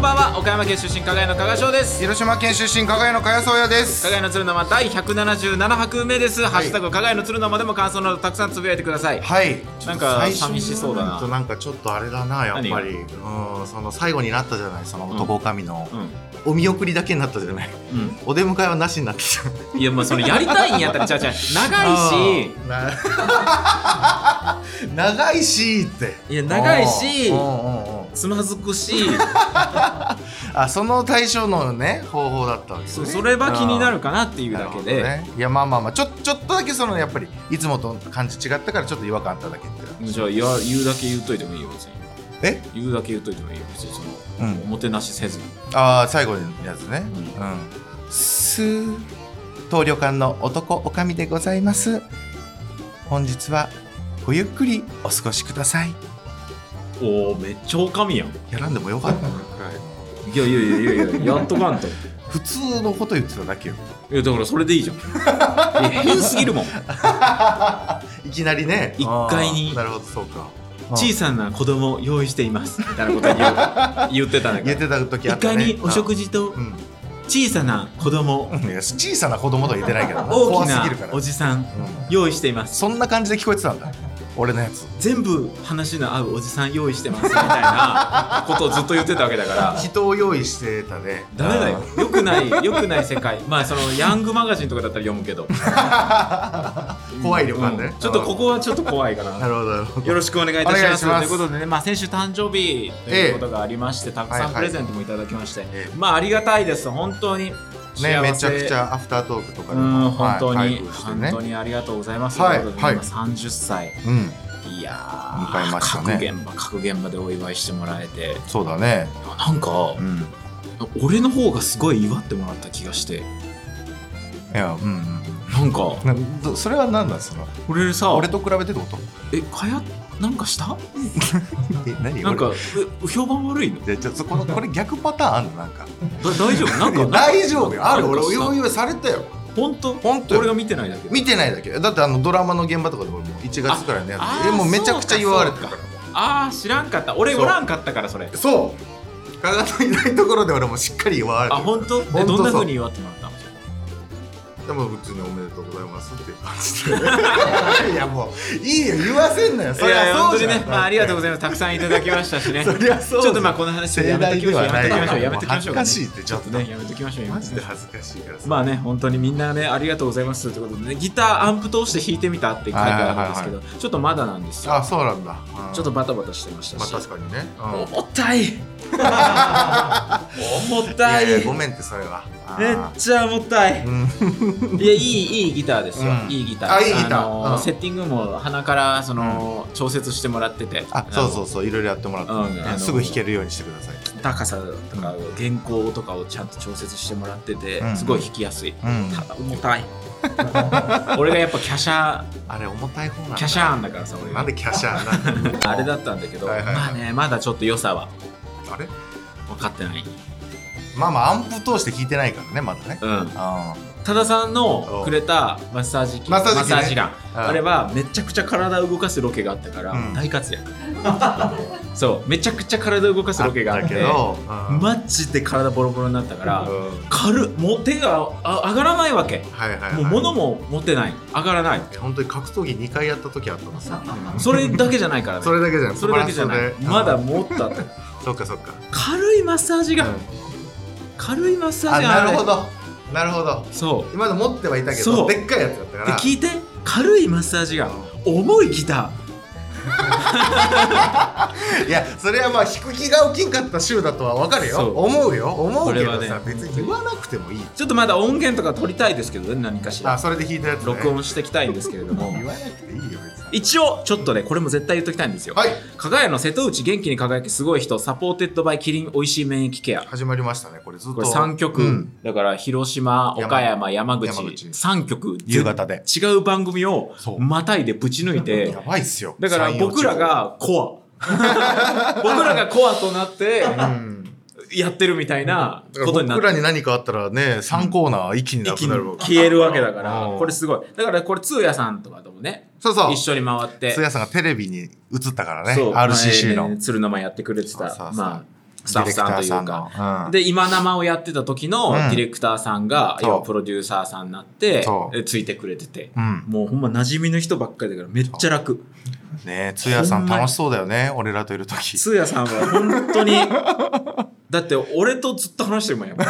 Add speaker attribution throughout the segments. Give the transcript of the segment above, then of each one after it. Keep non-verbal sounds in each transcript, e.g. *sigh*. Speaker 1: ばんは岡山県出身加賀屋の加賀翔です
Speaker 2: 広島県出身加賀屋の加谷宗也です
Speaker 1: 加賀屋の鶴の間第177拍目です、ハッシュタグ加賀屋の鶴の間でも感想などたくさんつぶやいてください
Speaker 2: はい
Speaker 1: なんか
Speaker 2: 最初
Speaker 1: 寂
Speaker 2: に
Speaker 1: しそうだな
Speaker 2: となんかちょっとあれだなやっぱりうんその最後になったじゃないその男神の
Speaker 1: うん、
Speaker 2: お見送りだけになったじゃないお出迎えはなしになってきた
Speaker 1: うん、いやまあそれやりたいんやったら違う違う長
Speaker 2: *laughs*
Speaker 1: いし
Speaker 2: な *laughs* 長いしって
Speaker 1: いや長いし
Speaker 2: うんうんうんうん
Speaker 1: つまずくし
Speaker 2: あその対処のね方法だったわけね
Speaker 1: そうそれは気になるかなっていう
Speaker 2: なる
Speaker 1: だ
Speaker 2: ほ
Speaker 1: け
Speaker 2: ど
Speaker 1: で、
Speaker 2: ね、いやまあまあまあちょちょっとだけそのやっぱりいつもと感じ違ったからちょっと違和感あっただけって
Speaker 1: じゃあ言わ言うだけ言っといてもいいよ別に
Speaker 2: え
Speaker 1: 言うだけ言っといてもいいよ別にその、
Speaker 2: うん
Speaker 1: おもてなしせずに
Speaker 2: ああ最後のやつね
Speaker 1: う
Speaker 2: うん、すー当旅館の男おかみでございます本日はごゆっくりお過ごしください
Speaker 1: おおめっちゃおかみやんい
Speaker 2: やらんでもよかったな
Speaker 1: やいやいやいや *laughs* いややっとかんと
Speaker 2: 普通のこと言ってた
Speaker 1: *laughs*
Speaker 2: だけよ
Speaker 1: いやだからそれでいいじゃんいや変すぎるもん
Speaker 2: いきなりね
Speaker 1: 一階に
Speaker 2: あーなるほどそうか
Speaker 1: 小さな子供を用意していますみたいなこと言う言ってたんだ
Speaker 2: 言っ
Speaker 1: けど
Speaker 2: てた時あ
Speaker 1: 一
Speaker 2: ったね
Speaker 1: 回にお食
Speaker 2: 事
Speaker 1: 事と
Speaker 2: うん
Speaker 1: 小さな子供
Speaker 2: うんいや小さな子供とは言ってないけどな
Speaker 1: 大
Speaker 2: 怖
Speaker 1: き
Speaker 2: す
Speaker 1: な
Speaker 2: ぎるから
Speaker 1: おじさん
Speaker 2: うん
Speaker 1: 用意しています
Speaker 2: そんな感じで聞こえてたんだ俺のやつ
Speaker 1: 全部話の合うおじさん用意してますみたいなことをずっと言ってたわけだから
Speaker 2: 人を用意してたね
Speaker 1: ダメだよよくないよくない世界まあそのヤングマガジンとかだったら読むけ
Speaker 2: *laughs*
Speaker 1: ど
Speaker 2: 怖い旅館ね
Speaker 1: うんちょっとここはちょっと怖いかな
Speaker 2: なるほどなるほど
Speaker 1: よろしくお願いいたし
Speaker 2: お願
Speaker 1: ま
Speaker 2: い
Speaker 1: す
Speaker 2: します
Speaker 1: ということでね、まあ、先週誕生日ということがありまして、たく
Speaker 2: はい
Speaker 1: さ
Speaker 2: は
Speaker 1: ん
Speaker 2: い
Speaker 1: プレゼントもいただきまして、
Speaker 2: ええ
Speaker 1: まあありがたいです本当に
Speaker 2: ね
Speaker 1: 幸
Speaker 2: めち
Speaker 1: せ
Speaker 2: ゃくちゃアフタートークとか
Speaker 1: う
Speaker 2: でも
Speaker 1: ん本当に、
Speaker 2: はい開封して
Speaker 1: 本
Speaker 2: ね
Speaker 1: 当にありがとうございます、
Speaker 2: はい
Speaker 1: ということで
Speaker 2: はい
Speaker 1: 今30歳
Speaker 2: うん
Speaker 1: いやー
Speaker 2: 迎えましたね
Speaker 1: 各現場各現場でお祝いしてもらえて
Speaker 2: そうだね
Speaker 1: なんか
Speaker 2: う、ん
Speaker 1: 俺の方がすごい祝ってもらった気がして
Speaker 2: いやうんうん
Speaker 1: なんか
Speaker 2: などそれは何なんその
Speaker 1: 俺さ
Speaker 2: 俺と比べてってこと *laughs*
Speaker 1: えかやなんかした
Speaker 2: え何
Speaker 1: なんか
Speaker 2: 俺
Speaker 1: え評判悪いのだ
Speaker 2: じゃあちょっとこのこれ逆パターンあんのなんか
Speaker 1: 大丈夫なん
Speaker 2: いや
Speaker 1: か
Speaker 2: 大丈夫よある俺お
Speaker 1: 俺
Speaker 2: 祝いされたよ
Speaker 1: 本当
Speaker 2: 本当よ
Speaker 1: 俺が見てないだけ
Speaker 2: 見てないだけだってあのドラマの現場とかで俺もう1月くらいのや
Speaker 1: あ
Speaker 2: つ
Speaker 1: あ
Speaker 2: え
Speaker 1: ー
Speaker 2: もうめちゃくちゃ言われて
Speaker 1: そ
Speaker 2: た
Speaker 1: う
Speaker 2: か
Speaker 1: かああ知らんかった俺
Speaker 2: そう
Speaker 1: おらんかったからそれ
Speaker 2: らそう加賀のいないところで俺もしっかり言われて
Speaker 1: あ
Speaker 2: る
Speaker 1: 本当
Speaker 2: ほ
Speaker 1: え
Speaker 2: んと
Speaker 1: どんな
Speaker 2: そう
Speaker 1: 風に祝ってもらったの
Speaker 2: でも普通におめでとうございますっていう感じでいやもういいよ言わせんなよそ
Speaker 1: い
Speaker 2: り
Speaker 1: やいや
Speaker 2: ゃ
Speaker 1: 本
Speaker 2: そ
Speaker 1: 当
Speaker 2: うじ
Speaker 1: に
Speaker 2: ゃん
Speaker 1: ね、まあ、ありがとうご
Speaker 2: ざい
Speaker 1: ざいますたくさんいただきましたしね
Speaker 2: そりゃそうじ
Speaker 1: ち
Speaker 2: ゃ
Speaker 1: ょ
Speaker 2: ん
Speaker 1: っとまあこの話は
Speaker 2: 盛
Speaker 1: やめ
Speaker 2: 大
Speaker 1: ときま
Speaker 2: で
Speaker 1: しょう
Speaker 2: は
Speaker 1: や
Speaker 2: な
Speaker 1: めときま
Speaker 2: い
Speaker 1: しょうやめ
Speaker 2: もう
Speaker 1: ときましょう
Speaker 2: 恥ずかしいってちょっと
Speaker 1: ねやめときましょうやめ
Speaker 2: マ
Speaker 1: とき
Speaker 2: ジ
Speaker 1: ましょ
Speaker 2: で
Speaker 1: う
Speaker 2: 恥ずかしいからさ
Speaker 1: まあね本当にみんなねありがとうございますということでねギターアンプ通して弾いてみたって書いてあるんですけど、ちょっとまだなんですよ
Speaker 2: あそうなんだ
Speaker 1: ちょっと
Speaker 2: ま
Speaker 1: バタバタしてました
Speaker 2: あ
Speaker 1: し、
Speaker 2: 確かにねうん
Speaker 1: 重たい *laughs* 重たい
Speaker 2: *laughs* いやいやごめんってそれはあ
Speaker 1: めっ
Speaker 2: ー
Speaker 1: ちゃ重たい
Speaker 2: うん
Speaker 1: いやいいいいギターですよ、
Speaker 2: うん
Speaker 1: いいギター
Speaker 2: あいいギター
Speaker 1: の
Speaker 2: うん
Speaker 1: セッティングも鼻からその、調節してもらってて
Speaker 2: あそうそうそういろいろやってもら
Speaker 1: うん
Speaker 2: っ
Speaker 1: あの
Speaker 2: てすぐ弾けるようにしてくださいって
Speaker 1: 高さとか弦高とかをちゃんと調節してもらってて、
Speaker 2: うん
Speaker 1: すごい弾きやすい、
Speaker 2: うん
Speaker 1: ただ重
Speaker 2: *laughs*
Speaker 1: たい俺がやっぱキャシャ
Speaker 2: あれ重たい方なんだ
Speaker 1: キャシャーンだからさ俺が
Speaker 2: なんでキャシャーなんだ
Speaker 1: あれだったんだけど、
Speaker 2: はいはいはい
Speaker 1: まあねまだちょっと良さは
Speaker 2: あれ
Speaker 1: 分かってない、
Speaker 2: まあまあアンプ通して弾いてないからねまだね
Speaker 1: うん、
Speaker 2: あ
Speaker 1: 多田さんのくれたマッサージ機
Speaker 2: マッサージ機ね
Speaker 1: ガン
Speaker 2: うん
Speaker 1: あれはめちゃくちゃ体を動かすロケがあったから
Speaker 2: うん
Speaker 1: 大活躍そうめちゃくちゃ体を動かすロケがあっ
Speaker 2: だけ
Speaker 1: て
Speaker 2: どうん
Speaker 1: マジで体ボロボロになったから
Speaker 2: うん
Speaker 1: 軽っもう手があ上がらないわけ
Speaker 2: はいはい、はい、
Speaker 1: もう物も持てない上がらない
Speaker 2: いや本当に格闘技2回やった時あったのさ
Speaker 1: それだけじゃないからね
Speaker 2: *laughs* それだけじゃない
Speaker 1: それだけじゃないまだ
Speaker 2: うん
Speaker 1: 持ったと
Speaker 2: そっかそっか
Speaker 1: 軽いマッサージが
Speaker 2: うん
Speaker 1: 軽いマッサー
Speaker 2: あ
Speaker 1: ジが
Speaker 2: なるほどなるほど
Speaker 1: そう
Speaker 2: 今の持ってはいたけ
Speaker 1: そう
Speaker 2: どでっかいやつだったか
Speaker 1: で
Speaker 2: ら
Speaker 1: 聞いて軽いマッサージが重いギター
Speaker 2: いやそれはまあ引く気が大きかった週だとは分かる
Speaker 1: そ
Speaker 2: よ
Speaker 1: う
Speaker 2: 思うよ思うけど
Speaker 1: これは
Speaker 2: さ、
Speaker 1: ね
Speaker 2: 別に言わなくてもいい
Speaker 1: ちょっとまだ音源とか取りたいですけどね何かし
Speaker 2: あ
Speaker 1: ら
Speaker 2: それで弾いたやつ、ね、
Speaker 1: 録音していきたいんですけれども
Speaker 2: 言わなくていいよ別に
Speaker 1: 一応ちょっとねこれも絶対言っときたいんですよ
Speaker 2: はい
Speaker 1: 加賀屋の瀬戸内元気に輝けすごい人サポーテッドバイキリン美味しい免疫ケア
Speaker 2: 始まりましたねこれずっと
Speaker 1: これ3曲、
Speaker 2: うん
Speaker 1: だから広島岡山山口
Speaker 2: 山口
Speaker 1: 3曲
Speaker 2: 夕方で
Speaker 1: 違う番組を
Speaker 2: そう
Speaker 1: またいでぶち抜いて
Speaker 2: やばいっすよ
Speaker 1: だから
Speaker 2: 山陽地方
Speaker 1: 僕らがコ
Speaker 2: *laughs*
Speaker 1: ア僕らがコアとなって
Speaker 2: うん
Speaker 1: やってるみたいな
Speaker 2: だか
Speaker 1: こ
Speaker 2: ら
Speaker 1: とになっ
Speaker 2: 僕
Speaker 1: て
Speaker 2: らに何かあったらね3コーナー一気にな
Speaker 1: 一
Speaker 2: く
Speaker 1: 気
Speaker 2: なる
Speaker 1: に消えるわけだか
Speaker 2: う
Speaker 1: ら
Speaker 2: ん
Speaker 1: これすごいだからこれ通夜さんとかともね
Speaker 2: そうそう
Speaker 1: 一緒に回って
Speaker 2: つやさんがテレビに映ったからね
Speaker 1: そう
Speaker 2: RCC
Speaker 1: 前
Speaker 2: の
Speaker 1: 鶴の間やってくれてた
Speaker 2: そうそうそう
Speaker 1: まあスタッフさんというか。
Speaker 2: か
Speaker 1: で、今生をやってた時の
Speaker 2: うん
Speaker 1: ディレクターさんが、
Speaker 2: そう
Speaker 1: 要はプロデューサーさんになって
Speaker 2: そ、う
Speaker 1: えついてくれてて。
Speaker 2: うん、
Speaker 1: もうほんま馴染みの人ばっかりだからめっちゃ楽。
Speaker 2: ねえ、つやさ
Speaker 1: ほ
Speaker 2: ん
Speaker 1: んまに
Speaker 2: 楽しそうだよね、俺らといるとき。
Speaker 1: 通夜さんは本当に、だって俺とずっと話してるもんやっぱ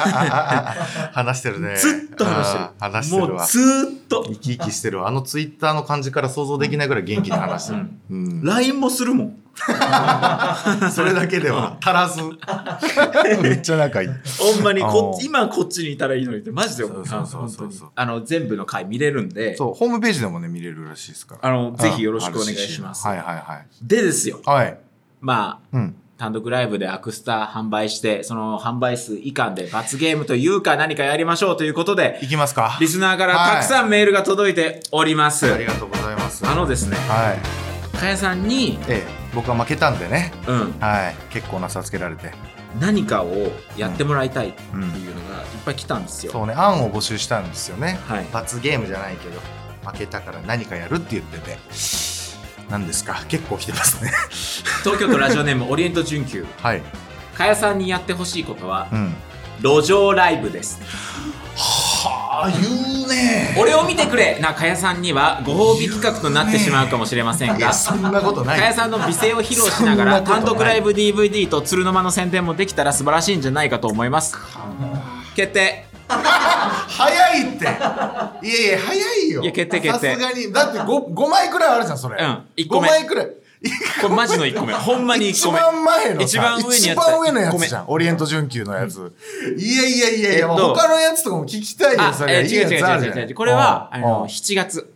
Speaker 2: *laughs* 話してるね。
Speaker 1: ずっと話してる
Speaker 2: あー話してる
Speaker 1: も
Speaker 2: わ
Speaker 1: う。ずーっと
Speaker 2: 生。き生きしてるわ。あのツイッターの感じから想像できないぐらい元気に話してる。うん。
Speaker 1: LINE もするもん。
Speaker 2: *laughs* それだけでは足
Speaker 1: *laughs*
Speaker 2: らず。めっちゃ仲いい。
Speaker 1: ほんまにこ
Speaker 2: あー
Speaker 1: 今こっちにいたらいいのにってマジで思
Speaker 2: そうそうそうそうそう
Speaker 1: 本当にあの全部の回見れるんで
Speaker 2: そう、ホームページでもね、見れるらしいですから。
Speaker 1: あのぜひよろしくお願いします、
Speaker 2: はいはいはい。
Speaker 1: でですよ
Speaker 2: はい。
Speaker 1: まあ
Speaker 2: うん。
Speaker 1: 単独ライブでアクスタ販売してその販売数以下で罰ゲームというか何かやりましょうということで
Speaker 2: いきますか。
Speaker 1: リスナーからたくさんメールが届いております、
Speaker 2: ありがとうございます。
Speaker 1: あ
Speaker 2: は
Speaker 1: のですね
Speaker 2: い。
Speaker 1: かやさんに、
Speaker 2: ええ、僕は負けたんでね。
Speaker 1: うん、
Speaker 2: はい。結構な差つけられて。
Speaker 1: 何かをやってもらいたいって
Speaker 2: うん
Speaker 1: いうのがいっぱい来たんですよ、
Speaker 2: そうね、案を募集したんですよね。
Speaker 1: はい
Speaker 2: 罰ゲームじゃないけど、負けたから何かやるって言ってて。何ですか結構来てま
Speaker 1: *laughs*
Speaker 2: すね。
Speaker 1: 東京都ラジオネームオリエント準急
Speaker 2: はい。
Speaker 1: かやさんにやってほしいことは
Speaker 2: うん。
Speaker 1: 路上ライブです
Speaker 2: はあ、言うね
Speaker 1: 俺を見てくれなかやさんにはご褒美企画となってしまうかもしれません
Speaker 2: い
Speaker 1: が
Speaker 2: や、そんなことな
Speaker 1: か
Speaker 2: い。
Speaker 1: やさんの美声を披露しなが
Speaker 2: そ
Speaker 1: ら
Speaker 2: んなことない
Speaker 1: 単独ライブ DVD と鶴の間の宣伝もできたら素晴らしいんじゃないかと思います決定
Speaker 2: 早いっていやいや早いよ
Speaker 1: いや決定決定
Speaker 2: さすがにだって 5, 5枚くらいあるじゃんそれ
Speaker 1: うん一個目
Speaker 2: 5枚くらい
Speaker 1: これマジの1個目
Speaker 2: *laughs*
Speaker 1: ほんまに1
Speaker 2: 一
Speaker 1: 個目
Speaker 2: 番前のさ
Speaker 1: 一番上にや
Speaker 2: 一
Speaker 1: った
Speaker 2: 番上のやつじゃんオリエント準急のやついやいやいや
Speaker 1: え
Speaker 2: いや、
Speaker 1: っと
Speaker 2: 他のやつとかも聞きたいよ
Speaker 1: あ
Speaker 2: そ、れ
Speaker 1: えー、違う
Speaker 2: い
Speaker 1: 違
Speaker 2: いうやつある
Speaker 1: 違
Speaker 2: じ
Speaker 1: う
Speaker 2: ゃん
Speaker 1: 違う違うこれは
Speaker 2: う
Speaker 1: あ
Speaker 2: んう
Speaker 1: の
Speaker 2: ん
Speaker 1: 7月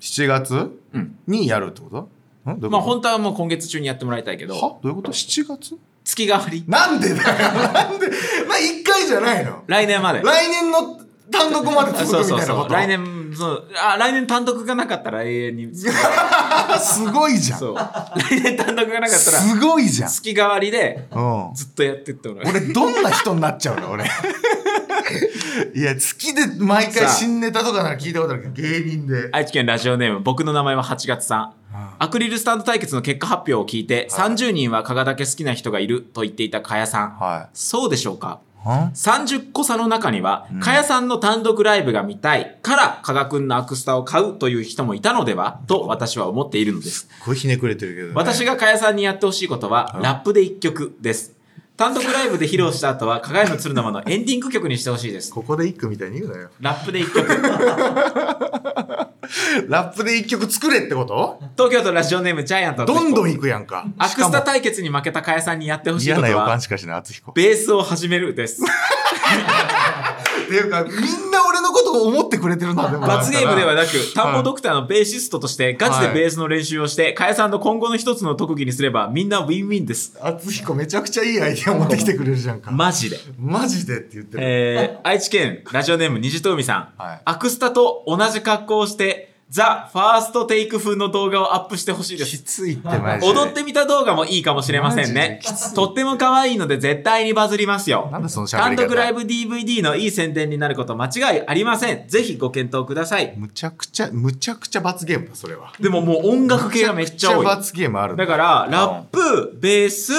Speaker 2: 7月
Speaker 1: うん
Speaker 2: にやるってことんどういうこと
Speaker 1: まあ本当はもう今月中にやってもらいたいけ
Speaker 2: は
Speaker 1: ど
Speaker 2: どういうこと ?7 月
Speaker 1: 月替わり
Speaker 2: なんでだよなんでまあ1回じゃないの
Speaker 1: 来年まで
Speaker 2: 来年の単独まで
Speaker 1: あそ
Speaker 2: 続
Speaker 1: う
Speaker 2: く
Speaker 1: そう
Speaker 2: みたいな
Speaker 1: そ
Speaker 2: こ
Speaker 1: う
Speaker 2: と
Speaker 1: 来年そうあ来年単独がなかったら永遠
Speaker 2: *laughs*
Speaker 1: に
Speaker 2: あすごいじゃん
Speaker 1: そう来年単独がなかったら
Speaker 2: すごいじゃん
Speaker 1: 月替わりで
Speaker 2: うん
Speaker 1: ずっとやってってもらう
Speaker 2: 俺どんな人になっちゃうの俺いや月で毎
Speaker 1: さ
Speaker 2: 回
Speaker 1: あ
Speaker 2: 新ネタとかなら聞いたことあるけど芸人で
Speaker 1: *laughs* 愛知県ラジオネーム僕の名前は8月さんアクリルスタンド対決の結果発表を聞いて、
Speaker 2: はい
Speaker 1: 30人は加賀だけ好きな人がいると言っていた加谷さん、
Speaker 2: は
Speaker 1: そうでしょうか
Speaker 2: いは
Speaker 1: 30個差の中には、
Speaker 2: うん
Speaker 1: 加谷さんの単独ライブが見たいから加賀くんのアクスタを買うという人もいたのではと私は思っているのです
Speaker 2: すごいひねくれてるけど、ね、
Speaker 1: 私が加谷さんにやってほしいことは、
Speaker 2: うん
Speaker 1: ラップで一曲です単独ライブで披露した後は加賀屋の鶴の間のエンディング曲にしてほしいです
Speaker 2: ここで一句みたいに言うなよ
Speaker 1: ラップで一
Speaker 2: *laughs*
Speaker 1: 曲
Speaker 2: ラップで一曲作れってこと
Speaker 1: 東京都ラジオネームジャイアント
Speaker 2: どんど
Speaker 1: ん
Speaker 2: んいくやんか
Speaker 1: アクスタ
Speaker 2: しか
Speaker 1: 対決に負けた加谷さんにやってほ
Speaker 2: も
Speaker 1: しいこ
Speaker 2: 嫌
Speaker 1: と
Speaker 2: な予
Speaker 1: は
Speaker 2: 感しかしない敦彦っ
Speaker 1: ベースを始めるです
Speaker 2: ていうかみんな俺のことを思ってくれてるなでも
Speaker 1: 罰ゲームではなく、田ん
Speaker 2: は
Speaker 1: ぼ
Speaker 2: い
Speaker 1: ドクターのベーシストとして、ガチでベースの練習をして、かやさんの今後の一つの特技にすれば、みんなウィンウィンです。
Speaker 2: 敦彦めちゃくちゃいいアイディア持ってきてくれるじゃんか、
Speaker 1: マジで。
Speaker 2: マジでって言ってる、
Speaker 1: えー、愛知県ラジオネーム虹と海さん、
Speaker 2: はい
Speaker 1: アクスタと同じ格好をして、ザ・ファーストテイク風の動画をアップしてほしいで
Speaker 2: き
Speaker 1: す。
Speaker 2: ついってマジで
Speaker 1: 踊ってみた動画もいいかもしれませんね
Speaker 2: マジできつ。い
Speaker 1: とっても可愛いので絶対にバズりますよ。
Speaker 2: なんでその喋
Speaker 1: 単
Speaker 2: り方
Speaker 1: 独ライブ DVD のいい宣伝になること間違いありません。ぜひご検討ください。
Speaker 2: むちゃくちゃむちゃくちゃ罰ゲームだそれは
Speaker 1: でももう音楽系がめっちゃ多い。
Speaker 2: 罰ゲームある
Speaker 1: だから、ラッ
Speaker 2: ッ
Speaker 1: プ、ベース、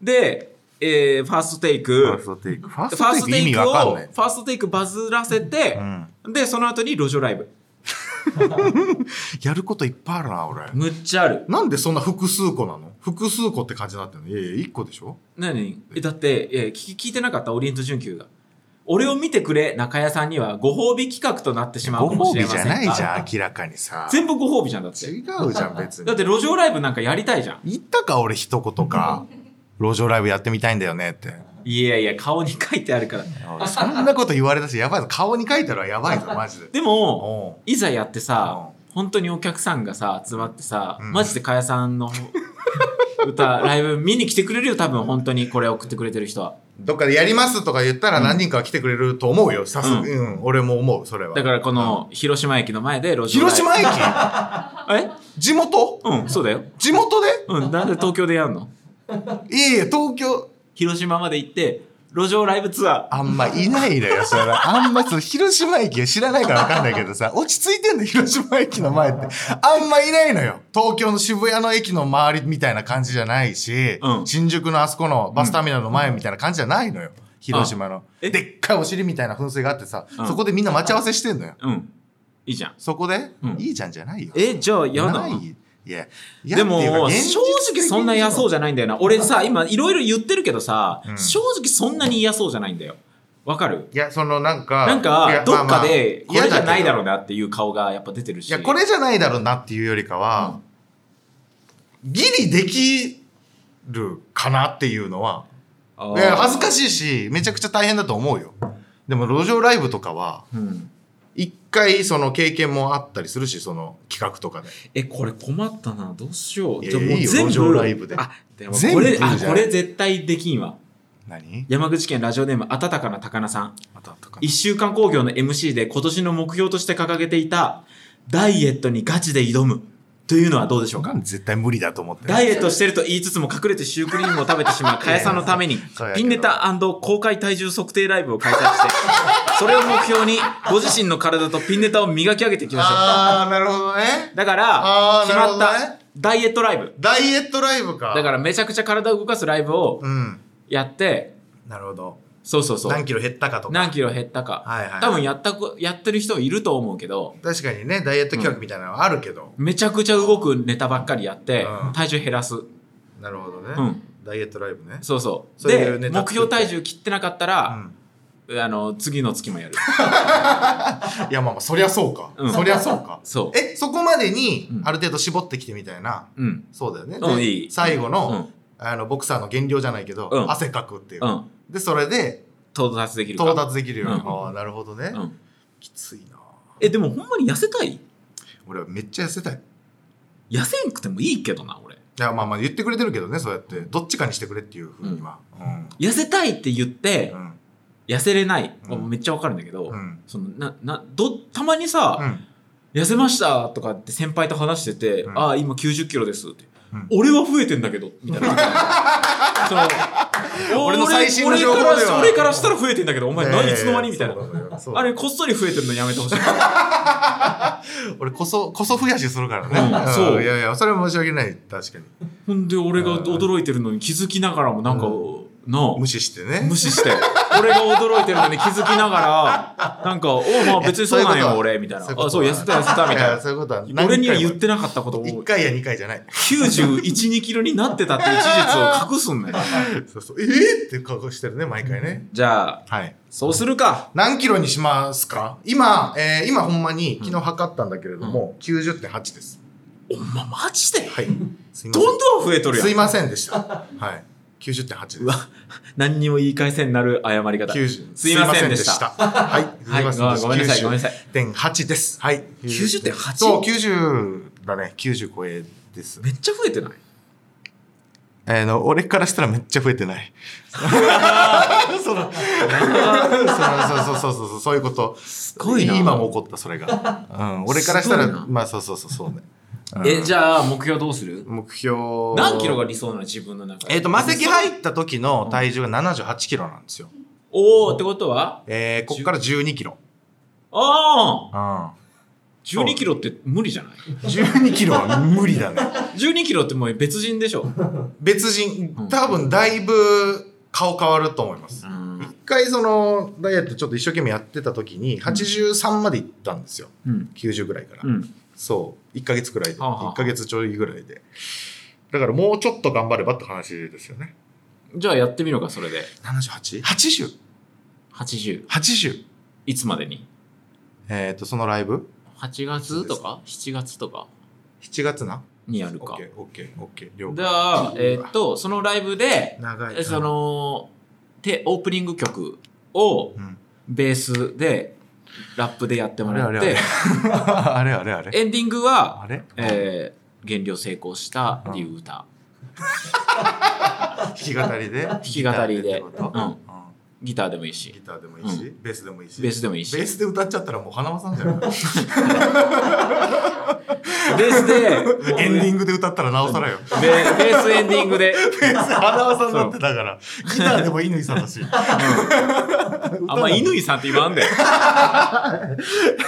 Speaker 1: で、えーファーストテイク、
Speaker 2: ファース
Speaker 1: フ
Speaker 2: トテイクファ
Speaker 1: ァ
Speaker 2: ー
Speaker 1: ー
Speaker 2: ス
Speaker 1: スト
Speaker 2: トテイク
Speaker 1: テ
Speaker 2: 意
Speaker 1: イ
Speaker 2: 味
Speaker 1: クを、
Speaker 2: わ
Speaker 1: フ
Speaker 2: かんない
Speaker 1: ァーストテイクバズらせて、で、その後に路上ライブ。
Speaker 2: やることいっぱいあるな俺
Speaker 1: むっちゃある。
Speaker 2: なんでそんな複数個なの複数個って感じになってるのいやいや一個でしょ
Speaker 1: 何えだって、えー聞き聞いてなかったオリエント準急が。俺を見てくれ、中屋さんにはご褒美企画となってしまうかもしれませんが
Speaker 2: ん明らかにさ
Speaker 1: 全部ご褒美じゃん、だって。
Speaker 2: 違うじゃん別
Speaker 1: だ
Speaker 2: に
Speaker 1: って路上ライブなんかやりたいじゃん。
Speaker 2: 言ったか俺一言か路上ライブやってみたいんだよねって
Speaker 1: いやいや、顔に書いてあるから。
Speaker 2: おいそんなこと言われたしやばいぞ顔に書いたらやばいぞマジで
Speaker 1: でも、
Speaker 2: お
Speaker 1: いざやってさ、
Speaker 2: う
Speaker 1: 本当にお客さんがさ、集まってさ、
Speaker 2: うん
Speaker 1: マジでかやさんの
Speaker 2: *laughs*
Speaker 1: 歌、ライブ見に来てくれるよ、多分、本当にこれ送ってくれてる人は。
Speaker 2: どっかでやりますとか言ったら何人かは来てくれると思うよさすが
Speaker 1: うん
Speaker 2: うん俺も思うそれは
Speaker 1: だから、この、広島駅の前で路上ライブ
Speaker 2: 広島駅
Speaker 1: え
Speaker 2: 地元
Speaker 1: うん、そうだよ。
Speaker 2: 地元で
Speaker 1: うん、なんで東京でやんの
Speaker 2: いえいえ東京
Speaker 1: 広島まで行って、路上ライブツア
Speaker 2: あんまいないのよ、それは。あんま、そう、広島駅を知らないからわかんないけどさ、落ち着いてんの、広島駅の前って。あんまいないのよ。東京の渋谷の駅の周りみたいな感じじゃないし、
Speaker 1: うん
Speaker 2: 新宿のあそこのバスターミナルの前みたいな感じじゃないのよ。広島の。
Speaker 1: え
Speaker 2: でっかいお尻みたいな噴水があってさ、
Speaker 1: うん
Speaker 2: そこでみんな待ち合わせしてんのよ。
Speaker 1: ー。うん。いいじゃん。
Speaker 2: そこで、
Speaker 1: うん
Speaker 2: いいじゃんじゃないよ。
Speaker 1: え、じゃあやだ
Speaker 2: な。いいや、嫌
Speaker 1: で
Speaker 2: っていうか
Speaker 1: も、
Speaker 2: 現
Speaker 1: 正
Speaker 2: 実的
Speaker 1: 直
Speaker 2: に
Speaker 1: そんな嫌そうじゃないんだよな。俺さ、今いろいろ言ってるけどさ、
Speaker 2: うん
Speaker 1: 正直そんなに嫌そうじゃないんだよ。わかる
Speaker 2: いや、そのなんか、
Speaker 1: なん
Speaker 2: い
Speaker 1: か
Speaker 2: や、
Speaker 1: どっかで、こ
Speaker 2: まあま
Speaker 1: れじ
Speaker 2: あ
Speaker 1: ゃないだろう
Speaker 2: い
Speaker 1: なっていう顔がやっぱ出てるし。
Speaker 2: や、これじゃないだろうなっていうよりかは、ギリできるかなっていうのは、
Speaker 1: あ
Speaker 2: いや
Speaker 1: ー、
Speaker 2: 恥ずかしいし、めちゃくちゃ大変だと思うよ。でも、路上ライブとかは、
Speaker 1: うん。
Speaker 2: 一回その経験もあったりするし、その企画とかで。
Speaker 1: え、これ困ったな。どうしよう。
Speaker 2: いや
Speaker 1: じゃあ
Speaker 2: いいよ路上ライブで
Speaker 1: あ、でも
Speaker 2: 全
Speaker 1: こ
Speaker 2: 部い
Speaker 1: れ
Speaker 2: い、じゃん
Speaker 1: あ、これ絶対できんわ。
Speaker 2: 何
Speaker 1: 山口県ラジオネーム、あたたかな高菜さん。
Speaker 2: またあったかな
Speaker 1: 一週間工業の MC で今年の目標として掲げていた、ダイエットにガチで挑むというのはどうでしょうか
Speaker 2: 絶対無理だと思ってる。
Speaker 1: ダイエットしてると言いつつも隠れてシュークリームを食べてしまう加谷さんのために
Speaker 2: *laughs* そうやけ
Speaker 1: ピン
Speaker 2: ど
Speaker 1: ネタ公開体重測定ライブを開催して *laughs* それを目標にご自身の体とピンネタを磨き上げていきましょ
Speaker 2: あー、なるほどね
Speaker 1: う。だか
Speaker 2: あ
Speaker 1: ら
Speaker 2: ー
Speaker 1: 決
Speaker 2: なる
Speaker 1: ま
Speaker 2: ほ
Speaker 1: っ
Speaker 2: ど
Speaker 1: た
Speaker 2: ね
Speaker 1: ダイエットライブ
Speaker 2: ダイエットライブか。
Speaker 1: だからめちゃくちゃ体を動かすライブを
Speaker 2: うん。
Speaker 1: やって
Speaker 2: なるほど。
Speaker 1: そうそうそう
Speaker 2: 何キロ減ったかとか。
Speaker 1: 何キロ減ったか
Speaker 2: はいはい。
Speaker 1: 多分やったこやってる人いると思うけど
Speaker 2: 確かにね、ダイエット企画みたいなのはあるけど。
Speaker 1: めちゃくちゃ動くネタばっかりやって
Speaker 2: うん
Speaker 1: 体重減らす
Speaker 2: なるほどね、
Speaker 1: うん
Speaker 2: ダイエットライブね。
Speaker 1: そうそう
Speaker 2: そういう
Speaker 1: で
Speaker 2: ネタ
Speaker 1: 目標体重切ってなかったら、
Speaker 2: うん
Speaker 1: あの、次の月もや
Speaker 2: *laughs*
Speaker 1: る。
Speaker 2: いやまあまあそりゃそうか、
Speaker 1: うん
Speaker 2: そりゃそうか
Speaker 1: そう。
Speaker 2: えそこまでに
Speaker 1: うん
Speaker 2: ある程度絞ってきてみたいな、
Speaker 1: うん。
Speaker 2: そうだよね、
Speaker 1: うん
Speaker 2: で
Speaker 1: いい
Speaker 2: 最後の,、
Speaker 1: うん
Speaker 2: あのボクサーの減量じゃないけど、
Speaker 1: うん
Speaker 2: 汗かくっていう、
Speaker 1: うん。
Speaker 2: でそれで
Speaker 1: 到達できるか。
Speaker 2: 到達できるように、
Speaker 1: うん
Speaker 2: ああなるほどね、
Speaker 1: うん。
Speaker 2: きついな
Speaker 1: え、でもほんまに痩せたい
Speaker 2: 俺はめっちゃ痩せたい
Speaker 1: 痩せんくてもいいけどな、俺。
Speaker 2: いやまあまあ言ってくれてるけどねそうやってどっちかにしてくれっていうふうにはうん
Speaker 1: 痩せたいって言って
Speaker 2: う、ん
Speaker 1: 痩せれない。
Speaker 2: うん
Speaker 1: もうめっちゃわかるんだけど、
Speaker 2: うん
Speaker 1: その、な、な、ど、たまに
Speaker 2: う
Speaker 1: さ、
Speaker 2: ん
Speaker 1: 痩せましたとかって先輩と話してて、
Speaker 2: うん
Speaker 1: ああ、今90キロですって。
Speaker 2: うん
Speaker 1: 俺は増えてんだけど、みたい
Speaker 2: *laughs*
Speaker 1: な。その
Speaker 2: 俺の最新の情報では
Speaker 1: 俺から俺からしたら増えてんだけど、お前何、
Speaker 2: ねえ
Speaker 1: いつの間にみたいな
Speaker 2: そう。だよそうだ
Speaker 1: あ
Speaker 2: よ
Speaker 1: れ、こっそり増えてるのやめてほしい。
Speaker 2: 俺こそこそ増やしするからね、
Speaker 1: うん
Speaker 2: ん
Speaker 1: そう
Speaker 2: いやいやそれは申し訳ない確かに
Speaker 1: ほんで俺が驚いてるのに気づきながらもなんか、なあ
Speaker 2: 無視してね
Speaker 1: 無視して俺が驚いてるのに気づきながら
Speaker 2: *laughs*
Speaker 1: なんか「おうまあ別にそうなん
Speaker 2: いや
Speaker 1: や
Speaker 2: そういうことは
Speaker 1: 俺」みたいな「
Speaker 2: そういうことは
Speaker 1: あそう痩せた痩せた」み
Speaker 2: い
Speaker 1: た
Speaker 2: *laughs* やそういうことはい
Speaker 1: な俺には言っ
Speaker 2: な
Speaker 1: てなかったことを
Speaker 2: 1
Speaker 1: 912
Speaker 2: 回や2回じゃない
Speaker 1: キロになってたっていう事実を隠すんだ
Speaker 2: *laughs*
Speaker 1: よ
Speaker 2: そうそうえー、って顔してるね毎回ね、
Speaker 1: じゃあ
Speaker 2: はい
Speaker 1: そうするか
Speaker 2: 何キロにしますか今、えー、今ほんまに昨日測ったんだけれども、90.8です
Speaker 1: お前マジで
Speaker 2: はいすいません
Speaker 1: どんどん増えとるや
Speaker 2: すい
Speaker 1: ん
Speaker 2: ませんでしたはい90.8
Speaker 1: う
Speaker 2: で
Speaker 1: わ
Speaker 2: す
Speaker 1: 何にも言い返せになる謝り方
Speaker 2: 90
Speaker 1: すいませんでした
Speaker 2: はい
Speaker 1: はいごめんなさいごめんなさい
Speaker 2: 90.8ですはい
Speaker 1: 90.8
Speaker 2: そう90だね90超えです
Speaker 1: めっちゃ増えてない
Speaker 2: あの、俺からしたらめっちゃ増え
Speaker 1: *laughs*
Speaker 2: てない。その、そうそうそうそうそう、そういうこと。す
Speaker 1: ごいな
Speaker 2: 今も起こった、それが。うん、俺からしたら、
Speaker 1: すごいな
Speaker 2: まあそうそうそう、そうね。
Speaker 1: えじゃあ目標どうする
Speaker 2: 目標。
Speaker 1: 何キロが理想なの自分の中で
Speaker 2: えっ、と、魔石入った時の体重が78キロなんですよ。
Speaker 1: おおってことは
Speaker 2: えー、こっから12キロ。
Speaker 1: ああ
Speaker 2: うん。
Speaker 1: 12キロって無理じゃない
Speaker 2: 12キロは無理だね。
Speaker 1: 12キロってもう別人でしょ。
Speaker 2: 別人、多分だいぶ顔変わると思います。一回その、ダイエットちょっと一生懸命やってた時に、83まで行ったんですよ。
Speaker 1: うん。
Speaker 2: 90ぐらいから、
Speaker 1: うん。
Speaker 2: そう1ヶ月くらいで、
Speaker 1: はあはあ
Speaker 2: 1ヶ月ちょいぐらいでだからもうちょっと頑張ればって話ですよね
Speaker 1: じゃあやってみろか、それで。
Speaker 2: 788080
Speaker 1: 80。いつまでに
Speaker 2: えっ、とそのライブ
Speaker 1: ?8 月とか ?7 月とか
Speaker 2: 7月な
Speaker 1: にや
Speaker 2: オ
Speaker 1: る
Speaker 2: ッ
Speaker 1: か
Speaker 2: ケ。ーオッケーオッケー了
Speaker 1: じ
Speaker 2: 解
Speaker 1: ゃあ、えーっと、そのライブで、
Speaker 2: 長
Speaker 1: え
Speaker 2: い
Speaker 1: その、て、オープニング曲を
Speaker 2: うん、 *laughs*
Speaker 1: ベースで、ラップでやってもら
Speaker 2: あ
Speaker 1: っ
Speaker 2: れあれ
Speaker 1: て、
Speaker 2: あれあれあれ
Speaker 1: エンディングは、
Speaker 2: あれ
Speaker 1: えー、減量成功したっていう歌。
Speaker 2: 弾き語りで弾
Speaker 1: *laughs* き語りで
Speaker 2: うん
Speaker 1: うん
Speaker 2: うん
Speaker 1: ギターでもいいし
Speaker 2: ギターでもいいし、
Speaker 1: う
Speaker 2: ベースでもいいし
Speaker 1: ベースでもいいし
Speaker 2: ベースで歌っちゃったらもう花輪さんじゃ
Speaker 1: *laughs*
Speaker 2: ない
Speaker 1: ベースで
Speaker 2: *laughs* エンディ
Speaker 1: ング
Speaker 2: ングで歌ったらなおさらよ
Speaker 1: ベベースエンディングで
Speaker 2: ベース花輪さんだってだからギターでも乾さんだし
Speaker 1: あんま乾さんって今あんだよ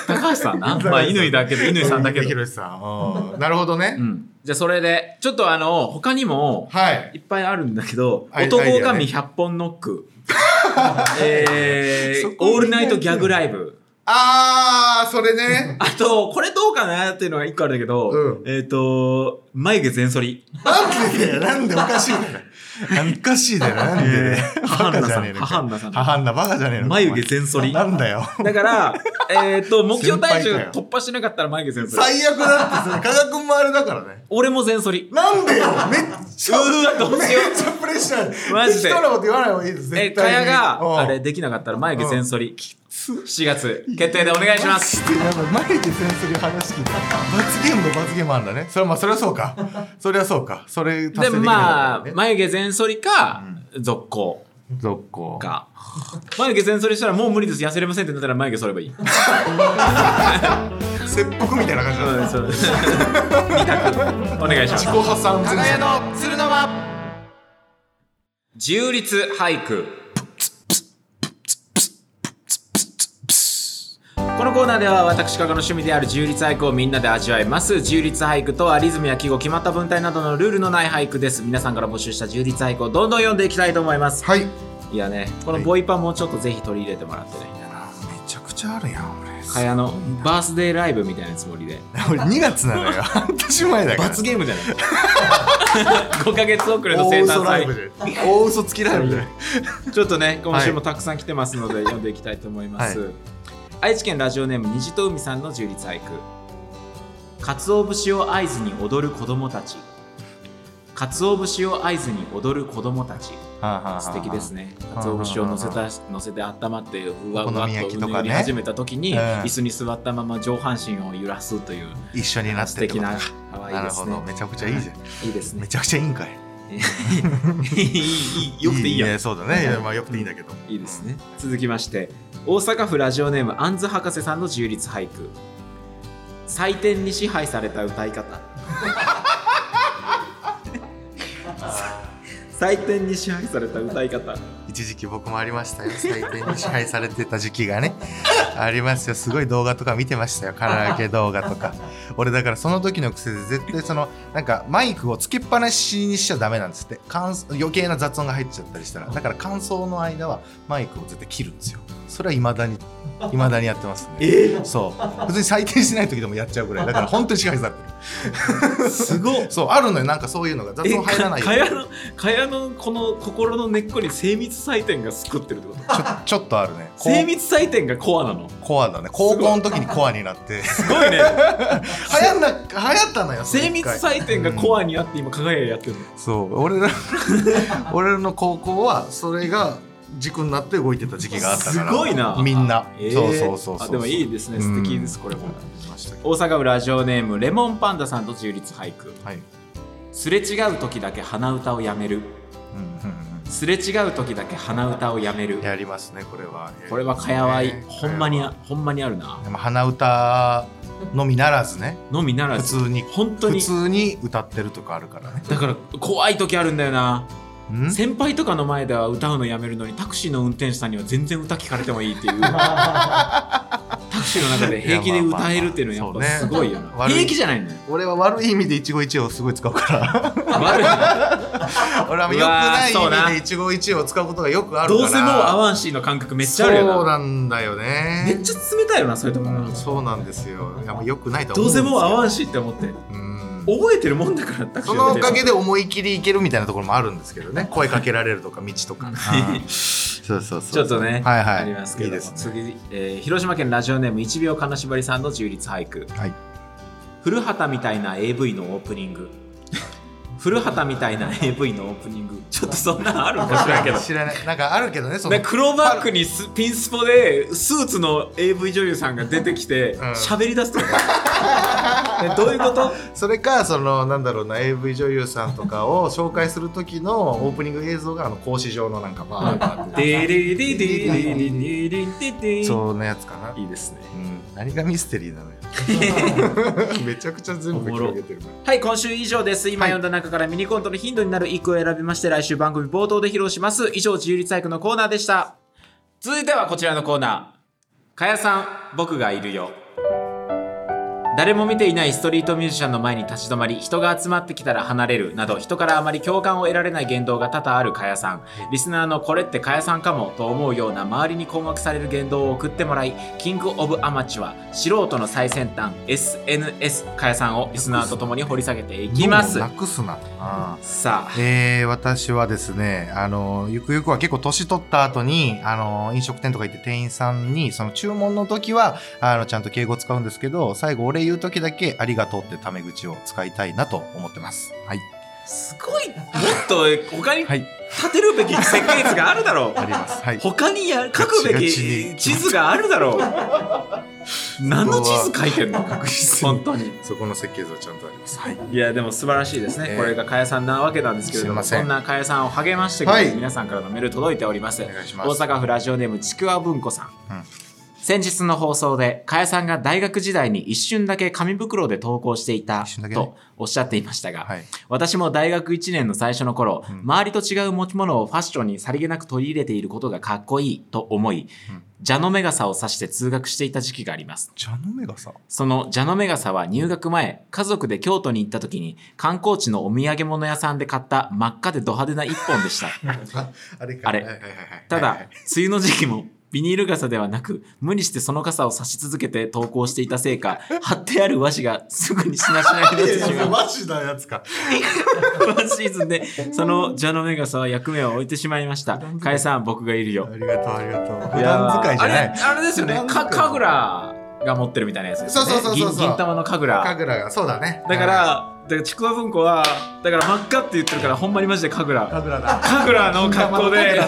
Speaker 1: 高橋
Speaker 2: *laughs*
Speaker 1: さんなまあ乾だけど乾さんだけど、
Speaker 2: 広瀬さんうんなるほどね、
Speaker 1: うん、じゃあそれでちょっとあの他にも
Speaker 2: はい
Speaker 1: いっぱいあるんだけど
Speaker 2: はい
Speaker 1: 男
Speaker 2: アイデ
Speaker 1: 女
Speaker 2: アね
Speaker 1: 神100本ノッ
Speaker 2: *laughs*
Speaker 1: クえ
Speaker 2: そ
Speaker 1: ー、
Speaker 2: こ
Speaker 1: オールナイトギャグライブ
Speaker 2: あーそれね
Speaker 1: あとこれどうかなっていうのが1個あるんだけど、
Speaker 2: うん
Speaker 1: えっ、と眉毛全剃り
Speaker 2: なんでだよなんでおかしいんだよなんかおかしいだよなんでだよ
Speaker 1: えー
Speaker 2: バカじゃねえのか
Speaker 1: 母んなさん
Speaker 2: 母んなバカじゃねえのか
Speaker 1: 眉毛全剃り
Speaker 2: なんだよ
Speaker 1: だから、えっと目標体重
Speaker 2: *laughs* 先輩かよ
Speaker 1: 突破しなかったら眉毛全剃り
Speaker 2: 最悪だってそれ加賀君もあれだからね
Speaker 1: 俺も全剃り
Speaker 2: なんでよめっちゃ
Speaker 1: うわどうしよう
Speaker 2: めっちゃプレッシャー
Speaker 1: マジで
Speaker 2: 適当なこと言わない方がいいで
Speaker 1: え
Speaker 2: す絶
Speaker 1: か
Speaker 2: 対に
Speaker 1: や
Speaker 2: うん
Speaker 1: があれできなかったら眉毛全剃り7月決定でお願いします
Speaker 2: やばいマイケ先生に話聞いた罰ゲームの罰ゲームあんだねそれはまあそれはそうかそれはそうかそれ
Speaker 1: で
Speaker 2: 達成できなか
Speaker 1: ま
Speaker 2: っ
Speaker 1: あ
Speaker 2: たらね
Speaker 1: 眉毛全剃りか続行
Speaker 2: 続行
Speaker 1: か眉毛全剃りしたらもう無理です痩せれませんってなったら眉毛剃ればいい
Speaker 2: 切腹みたいな感じだね
Speaker 1: そう *laughs* ですお願いします
Speaker 2: 自己破産全
Speaker 1: 輝
Speaker 2: 然
Speaker 1: の鶴の間自由律俳句このコーナーでは私加賀の趣味である自由律俳句をみんなで味わいます自由律俳句とはリズムや記号決まった文体などのルールのない俳句です皆さんから募集した自由律俳句をどんどん読んでいきたいと思います
Speaker 2: はいめ
Speaker 1: いやねこのボイパもちょっとぜひ取り入れてもらってね
Speaker 2: ちゃくちゃあるやん俺
Speaker 1: 茅のバースデーライブみたいなつもりで
Speaker 2: 俺2月な
Speaker 1: *laughs*
Speaker 2: のよ半年前だから
Speaker 1: 罰ゲームじ *laughs* ゃない5ヶ月遅れの生
Speaker 2: 大嘘
Speaker 1: 誕
Speaker 2: ライ
Speaker 1: 祭
Speaker 2: ブで大嘘つきライブで
Speaker 1: ちょっとね、今週もたくさん来てます
Speaker 2: *laughs*
Speaker 1: ので、読んでいきたいと思います。
Speaker 2: は
Speaker 1: 愛知県ラジオネーム虹と海さんの充実俳句。鰹節を合図に踊る子供たち。鰹節を合図に踊る子供たち。素敵です
Speaker 2: ね
Speaker 1: ね。鰹節を乗せた、乗せて温まって、ふわ
Speaker 2: お
Speaker 1: ふ
Speaker 2: 好
Speaker 1: わっ
Speaker 2: み
Speaker 1: と
Speaker 2: 焼き
Speaker 1: う
Speaker 2: とかね
Speaker 1: ぬり始めた時に、
Speaker 2: うん
Speaker 1: 椅子に座ったまま上半身を揺らすという。
Speaker 2: 一緒になって
Speaker 1: 素
Speaker 2: ってこ
Speaker 1: 敵
Speaker 2: と
Speaker 1: な
Speaker 2: か。
Speaker 1: 可愛い
Speaker 2: な
Speaker 1: で
Speaker 2: る
Speaker 1: す
Speaker 2: ほ
Speaker 1: ね
Speaker 2: ど。めちゃくちゃいいじゃん
Speaker 1: いいです
Speaker 2: め
Speaker 1: ね。 *laughs*
Speaker 2: ちゃくちゃいいんかい
Speaker 1: いいいいよくていいやん
Speaker 2: ねそうだねいやまあよくていいんだけど
Speaker 1: いいですね、続きまして大阪府ラジオネームあんず博士さんの自由律俳句採点に支配された歌い方 *laughs* 採点に支配された歌い方
Speaker 2: 一時期僕もありましたよ採点に支配されてた時期がねありますよすごい動画とか見てましたよカラオケ動画とか俺だからその時の癖で絶対そのなんかマイクをつけっぱなしにしちゃダメなんですって感想余計な雑音が入っちゃったりしたらだから感想の間はマイクを絶対切るんですよそれは未だに未だにやってますねそう別に採点しない時でもやっちゃうぐらいだから本当に支配されて
Speaker 1: すご
Speaker 2: るそうあるのよなんかそういうのが雑
Speaker 1: え
Speaker 2: 音入らないよ
Speaker 1: か
Speaker 2: うに
Speaker 1: やのかやのこの心の根っこに精密採点が作ってるってこと
Speaker 2: ちょちょっとあるねこう
Speaker 1: 精密採点がコアなの
Speaker 2: コアだね高校の時にコアになって
Speaker 1: すごいね
Speaker 2: 流行んな流行ったの
Speaker 1: *laughs*
Speaker 2: よ
Speaker 1: 精密採点がコアにあって今輝いやってるの
Speaker 2: そう俺ら *laughs* 俺の高校はそれが軸になって動いてた時期があったから
Speaker 1: すごいな
Speaker 2: みんな、
Speaker 1: えー
Speaker 2: そうそうそうそう
Speaker 1: あでもいいですね素敵ですこれも大阪府ラジオネームレモンパンダさんと自由律俳句
Speaker 2: はい、
Speaker 1: すれ違う時だけ鼻歌をやめる
Speaker 2: うんうん
Speaker 1: すれ違う時だけ鼻歌をやめる
Speaker 2: うん、やりますねこれは
Speaker 1: これはかやわい、
Speaker 2: ね
Speaker 1: ほんまに
Speaker 2: かや
Speaker 1: あ
Speaker 2: わ
Speaker 1: ほんまにあるない
Speaker 2: でも鼻歌のみならずね
Speaker 1: のみなら
Speaker 2: 普
Speaker 1: ず
Speaker 2: 通に
Speaker 1: 本当
Speaker 2: 普
Speaker 1: に
Speaker 2: 通に歌ってるとかあるからね
Speaker 1: だから怖い時あるんだよなん先輩とかの前では歌うのやめるのにタクシーの運転手さんには全然歌聞かれてもいいっていう
Speaker 2: *laughs*
Speaker 1: タクシーの中で平気で歌えるっていうのはやっぱすごいよ
Speaker 2: いやまあま
Speaker 1: な
Speaker 2: あまあそうね
Speaker 1: 平気じゃないんだよ
Speaker 2: 俺は悪い意味で一期一会をすごい使うから
Speaker 1: 悪い
Speaker 2: *laughs* 俺は良くない意味で一期一会を使うことがよくあるか
Speaker 1: ど
Speaker 2: ら
Speaker 1: うせもう合わんしの感覚めっちゃあるよな
Speaker 2: そうなんだよね
Speaker 1: めっちゃ冷たいよなそれともな、
Speaker 2: うんそうなんですよいやもう良くないとは
Speaker 1: どう
Speaker 2: 思うんで
Speaker 1: せ
Speaker 2: す
Speaker 1: もう合わ
Speaker 2: ん
Speaker 1: んしって思って
Speaker 2: うん
Speaker 1: 覚えてるもんだからタクシ
Speaker 2: そ
Speaker 1: ー
Speaker 2: の
Speaker 1: の
Speaker 2: おかげ
Speaker 1: で
Speaker 2: で思い切りいけるみたいなところもあるんですけどね声かけられるとか道とかうんそうそうそう
Speaker 1: ちょっとね、
Speaker 2: はいはい
Speaker 1: ありますけど
Speaker 2: いいですね
Speaker 1: 次、えー広島県ラジオネーム一秒金縛りさんの自由律俳句
Speaker 2: はい
Speaker 1: 古畑みたいな AV のオープニング古畑みたいな AV のオープニングちょっとそんなんあるかもしれんけ
Speaker 2: *laughs*
Speaker 1: ど
Speaker 2: 知らないなんかあるけどねその
Speaker 1: で黒バッグにスピンスポでスーツの AV 女優さんが出てきて
Speaker 2: ん
Speaker 1: 喋、り出すとか
Speaker 2: *laughs*
Speaker 1: えどういうこと
Speaker 2: それかそのなんだろうな AV 女優さんとかを紹介する時のオープニング映像があの格子状のなんかバーバーって
Speaker 1: デレデデレデデレデデ
Speaker 2: そんなやつかな、
Speaker 1: いいですね
Speaker 2: うん、何がミステリ
Speaker 1: *laughs*
Speaker 2: ーなのよめちゃくちゃ全部広げてるな
Speaker 1: はい今週以上です今
Speaker 2: はい
Speaker 1: 読んだ中からミニコントの頻度になる一句を選びまして来週番組冒頭で披露します以上自由律俳句のコーナーでした続いてはこちらのコーナーかやさん僕がいるよ誰も見ていないストリートミュージシャンの前に立ち止まり人が集まってきたら離れるなど人からあまり共感を得られない言動が多々あるかやさんリスナーのこれってかやさんかもと思うような周りに困惑される言動を送ってもらいキング・オブ・アマチュア素人の最先端 SNS かやさんをリスナーと共に掘り下げていきます
Speaker 2: もうなくすなあー
Speaker 1: さあ
Speaker 2: えー、私はですねあのゆくゆくは結構年取った後にあの飲食店とか行って店員さんにその注文の時はあのちゃんと敬語使うんですけど最後お礼言う時だけ「ありがとう」ってタメ口を使いたいなと思ってますはい
Speaker 1: すごいもっと他に
Speaker 2: はい
Speaker 1: 立てるべき設計図があるだろう
Speaker 2: ありますはい
Speaker 1: 他にや書くべ
Speaker 2: ガチガ
Speaker 1: き
Speaker 2: チ
Speaker 1: 地図があるだ
Speaker 2: *laughs*
Speaker 1: ろう何の地図書いてんの
Speaker 2: 確実に
Speaker 1: 本当に
Speaker 2: そこの設計図はちゃんとありますはい
Speaker 1: いやでも素晴らしいですね、
Speaker 2: えー
Speaker 1: これがかやさんなわけなんですけれども
Speaker 2: すいませ
Speaker 1: そ
Speaker 2: ん
Speaker 1: んなかやさんを励ましてくれる、
Speaker 2: はい
Speaker 1: 皆さんからのメール届いております
Speaker 2: お願いし
Speaker 1: 大
Speaker 2: ます
Speaker 1: 阪府ラジオネームちくわ文庫さん、
Speaker 2: うん
Speaker 1: 先日の放送でかやさんが大学時代に一瞬だけ紙袋で投稿していた
Speaker 2: 一瞬だけね
Speaker 1: とおっしゃっていましたが、
Speaker 2: はい
Speaker 1: 私も大学1年の最初の頃、
Speaker 2: うん
Speaker 1: 周りと違う持ち物をファッションにさりげなく取り入れていることがかっこいいと思い、
Speaker 2: うん
Speaker 1: 蛇の目傘を差して通学していた時期があります
Speaker 2: 茶の目がさ
Speaker 1: その蛇の目傘は入学前家族で京都に行った時に観光地のお土産物屋さんで買った真っ赤でド派手な一本で
Speaker 2: *laughs*
Speaker 1: した
Speaker 2: ああれ
Speaker 1: あれ
Speaker 2: はいはいはいはい
Speaker 1: た
Speaker 2: はいは
Speaker 1: だ
Speaker 2: い
Speaker 1: 梅雨の時期もビニール傘ではなく無理してその傘を差し続けて投稿していたせい
Speaker 2: *laughs*
Speaker 1: か貼ってある和紙がすぐにしなしなになってし
Speaker 2: い
Speaker 1: ま
Speaker 2: や
Speaker 1: う
Speaker 2: マジなやつか
Speaker 1: 今シーズンでそのジャノメガサは役目を置いてしまいました。かえさん僕がいるよ。
Speaker 2: ありがとうありがとう
Speaker 1: い
Speaker 2: 普
Speaker 1: やー
Speaker 2: 段使いじゃない
Speaker 1: あれあれですよね。
Speaker 2: 普段使
Speaker 1: か
Speaker 2: い
Speaker 1: 神楽が持ってるみたいなやつですよね。
Speaker 2: そうそうそうそうそう
Speaker 1: 銀銀玉の神楽。
Speaker 2: 神楽がそうだね
Speaker 1: だからだからちくわ文庫はだから真っ赤って言ってるからほんまにマジで神楽。
Speaker 2: 神楽だ
Speaker 1: 神楽の格好で。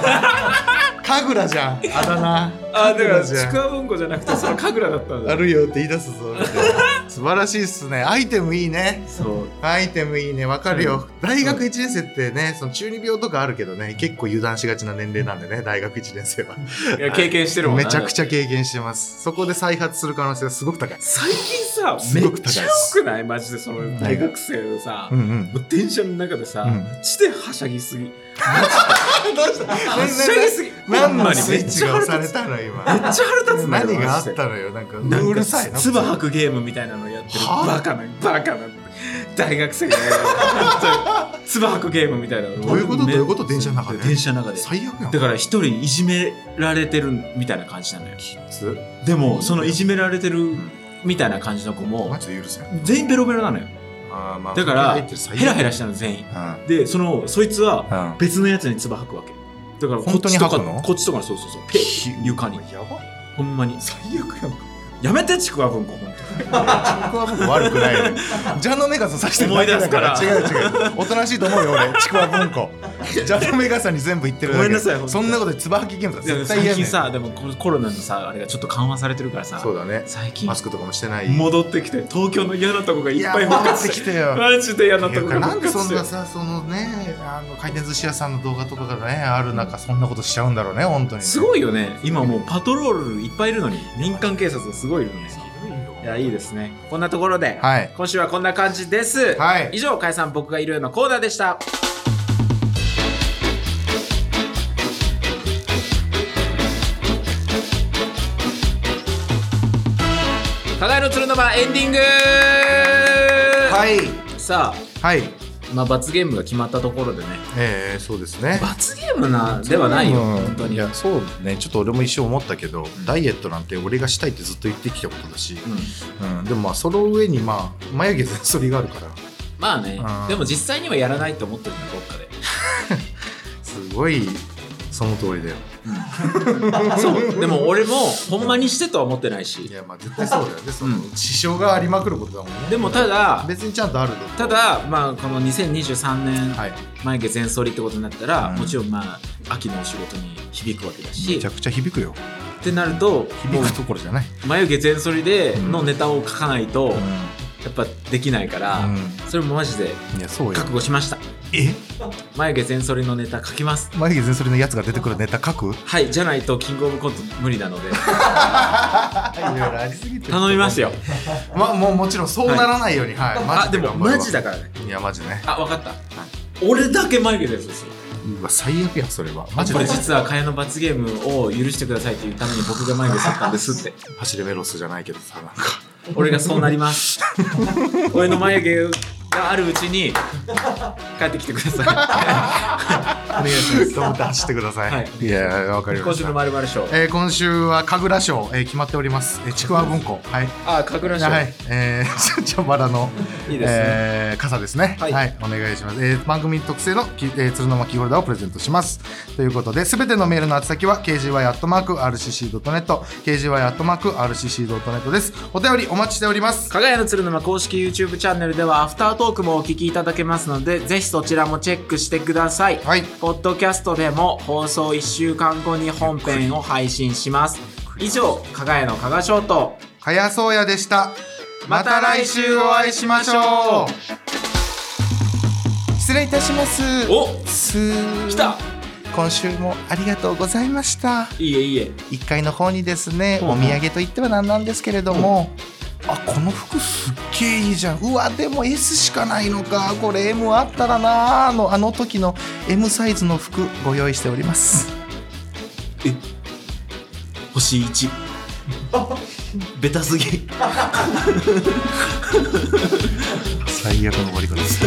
Speaker 2: 神楽じゃんあだ名
Speaker 1: あだから
Speaker 2: *laughs* 神楽じゃ
Speaker 1: ち
Speaker 2: ん
Speaker 1: くわ文庫じゃなくてその神楽だったん
Speaker 2: あ
Speaker 1: だ。
Speaker 2: るよって言い出すぞみたいな素晴らしいっすねアイテムいいね
Speaker 1: そう。
Speaker 2: アイテムいいねわかるよ、大学1年生ってねその中二病とかあるけどね結構油断しがちな年齢なんでね大学1年生はい
Speaker 1: や経験してるもん
Speaker 2: めちゃくち
Speaker 1: ゃ。
Speaker 2: ゃ経験してますそこで再発する可能性がすごく高い
Speaker 1: 最近さ
Speaker 2: す
Speaker 1: め
Speaker 2: ご
Speaker 1: っ
Speaker 2: く高いで
Speaker 1: ち
Speaker 2: す
Speaker 1: ゃ多くないマジでその大学生のさ。
Speaker 2: うんうん
Speaker 1: もう電車の中でさ、
Speaker 2: うん
Speaker 1: 地ではしゃぎすぎは
Speaker 2: 全
Speaker 1: しゃぎすぎ
Speaker 2: 何
Speaker 1: ほんま
Speaker 2: の
Speaker 1: に
Speaker 2: スイッチが
Speaker 1: めっ
Speaker 2: 押
Speaker 1: ちゃ腹
Speaker 2: され
Speaker 1: 立つ
Speaker 2: たの
Speaker 1: めっ
Speaker 2: 今
Speaker 1: ちゃ腹立つんだよ
Speaker 2: 何があっ
Speaker 1: マジで
Speaker 2: たのよなんか
Speaker 1: なんか
Speaker 2: うるさいな
Speaker 1: つば吐くゲームみたいなのやってる
Speaker 2: は
Speaker 1: バカなバカな大学生がやる本当につば吐くゲームみたいな
Speaker 2: どういうことどういうこと電車の中で
Speaker 1: 電車の中で
Speaker 2: 最悪やん
Speaker 1: だから一人いじめられてるみたいな感じなのよ
Speaker 2: つ
Speaker 1: でもそのいじめられてるみたいな感じの子も
Speaker 2: マジで許せん
Speaker 1: 全員ベロベロなのよ
Speaker 2: あーまあ
Speaker 1: だから
Speaker 2: 入ってる最悪
Speaker 1: ヘラヘラしたの全員
Speaker 2: うん
Speaker 1: でそのそいつは
Speaker 2: うん
Speaker 1: 別のやつに唾吐くわけだからこっ
Speaker 2: 本当
Speaker 1: ち
Speaker 2: に
Speaker 1: とか
Speaker 2: 吐くの
Speaker 1: こっちとかにそうそうそうペッ床に
Speaker 2: やば
Speaker 1: ほんまに
Speaker 2: 最悪やん
Speaker 1: やめてちくわ文庫ほんと
Speaker 2: 僕はもう悪くないよね。ジャンのメガサさしてるだけだから。
Speaker 1: 思い
Speaker 2: 違う違う。おとなしいと思うよ俺。ちくわ文庫。ジャンのメガサに全部言ってるだけ。
Speaker 1: ごめんなさい本当に
Speaker 2: そんなことでつば吐きゲームだ。絶対
Speaker 1: 最
Speaker 2: 嫌ね
Speaker 1: 近。さでもこのコロナのさあれがちょっと緩和されてるからさ
Speaker 2: そうだね。
Speaker 1: 最近
Speaker 2: マスクとかもしてない。
Speaker 1: 戻ってきて東京の嫌なとこがいっ
Speaker 2: や
Speaker 1: ぱい復
Speaker 2: 戻っ
Speaker 1: 活
Speaker 2: て
Speaker 1: し
Speaker 2: き
Speaker 1: て
Speaker 2: たよ。
Speaker 1: マジで嫌なとこが
Speaker 2: なん
Speaker 1: 復
Speaker 2: でそ
Speaker 1: 活し
Speaker 2: ん
Speaker 1: て
Speaker 2: なさそのねあの回転寿司屋さんの動画とかがねある中そんなことしちゃうんだろうね本当にね。
Speaker 1: すごいよね今もうパトロールいっぱいいるのに民間警察がすごいいるのねいやいいですねこんなところで、
Speaker 2: はい
Speaker 1: 今週はこんな感じです、
Speaker 2: はい
Speaker 1: 以上「解散僕がいるよ」のコーナーでした互いの鶴の間エンディング、
Speaker 2: はい
Speaker 1: さ
Speaker 2: はい
Speaker 1: あ、まあ、罰ゲームが決まったところでね
Speaker 2: えーそうですね。
Speaker 1: 罰ゲームなではないよ
Speaker 2: うん
Speaker 1: 本当に
Speaker 2: いやそうねちょっと俺も一瞬思ったけど、ダイエットなんて俺がしたいってずっと言ってきたことだし、
Speaker 1: うん
Speaker 2: うん、でもまあその上にまあ眉毛全剃りがあるから
Speaker 1: まあね
Speaker 2: うん
Speaker 1: でも実際にはやらないと思ってるのどっかです
Speaker 2: ごいその通りだよ
Speaker 1: そうでも俺もほんまにしてとは思ってない
Speaker 2: い
Speaker 1: し
Speaker 2: やまあ絶対 *laughs* そうだよねその
Speaker 1: うん
Speaker 2: 支障がありまくることだもんね
Speaker 1: でもただ
Speaker 2: 別にちゃんとあるで
Speaker 1: ただまあこの2023年
Speaker 2: はい
Speaker 1: 眉毛全剃りってことになったら、
Speaker 2: うん
Speaker 1: もちろんまあ秋のお仕事に響くわけだし
Speaker 2: めちゃ
Speaker 1: っ
Speaker 2: くちゃ響くよ
Speaker 1: てなるとも
Speaker 2: 響く
Speaker 1: う
Speaker 2: ところじゃない
Speaker 1: 眉毛全剃りで
Speaker 2: うん
Speaker 1: のネタを書かないと
Speaker 2: う
Speaker 1: や
Speaker 2: ん
Speaker 1: っぱできないから、それもマジで
Speaker 2: うんいやそうよ
Speaker 1: 覚悟しました
Speaker 2: え
Speaker 1: 眉毛全剃りのネタ書きます
Speaker 2: 眉毛全剃りのやつが出てくるネタ書くい
Speaker 1: はいじゃないとキングオブコント無理な
Speaker 2: *laughs*
Speaker 1: ので
Speaker 2: ろいろありすぎて
Speaker 1: 頼みますよ
Speaker 2: まあもうもちろんそうならないようにはい、
Speaker 1: あでもマジ
Speaker 2: だ
Speaker 1: だからね
Speaker 2: いやマジね
Speaker 1: あわかった、俺だけ眉毛全剃りする
Speaker 2: うわ最悪やそれはマジ
Speaker 1: こ
Speaker 2: で
Speaker 1: れ実は蚊帳の罰ゲームを許してくださいっていうために僕が眉毛剃ったんですって
Speaker 2: 走れメロスじゃないけどさなんか
Speaker 1: 俺がそうなります俺の眉毛があるうちに帰ってきてくださ
Speaker 2: お願いします頑張って走ってください、
Speaker 1: はいい、
Speaker 2: やわか
Speaker 1: い *laughs*
Speaker 2: りま
Speaker 1: 今
Speaker 2: し
Speaker 1: 週
Speaker 2: た
Speaker 1: の〇〇賞
Speaker 2: えー今週は神楽賞、えー決まっております、えー、ちくわ文庫はい
Speaker 1: あ神楽賞、
Speaker 2: はいい、えー、 *laughs* ちょばらの
Speaker 1: いですね
Speaker 2: えー傘ですね、は、
Speaker 1: はいい
Speaker 2: お願いします、えー番組特製のき、えー、鶴の巻ホルダーをプレゼントしますということで、すべてのメールの宛先は kgy@rcc.net、kgy@rcc.net です。お便りお待ちしております。
Speaker 1: かがやの鶴沼公式 YouTube チャンネルではアフタートークもお聞きいただけますのでぜひそちらもチェックしてください、
Speaker 2: はい、
Speaker 1: ポッドキャストでも放送1週間後に本編を配信します以上かがやの加賀翔と
Speaker 2: かやそうやでした。ま
Speaker 1: ま
Speaker 2: た
Speaker 1: た
Speaker 2: 来
Speaker 1: 来
Speaker 2: 週
Speaker 1: 週
Speaker 2: お
Speaker 1: お
Speaker 2: 会
Speaker 1: 会
Speaker 2: い
Speaker 1: い
Speaker 2: し
Speaker 1: し
Speaker 2: ま
Speaker 1: ま
Speaker 2: し
Speaker 1: し
Speaker 2: ょ
Speaker 1: ょ
Speaker 2: う。失礼いたします。
Speaker 1: お
Speaker 2: す
Speaker 1: 来た
Speaker 2: 今週もありがとうございました。
Speaker 1: いいえいいえ
Speaker 2: 1階の方にですね、
Speaker 1: うんうん
Speaker 2: お土産といってはなんなんですけれども、あこの服すっげえいいじゃんうわでも S しかないのかこれ M あったらなあのあの時の M サイズの服ご用意しております
Speaker 1: 星1 *laughs* ベタすぎ
Speaker 2: 最悪の終わり方です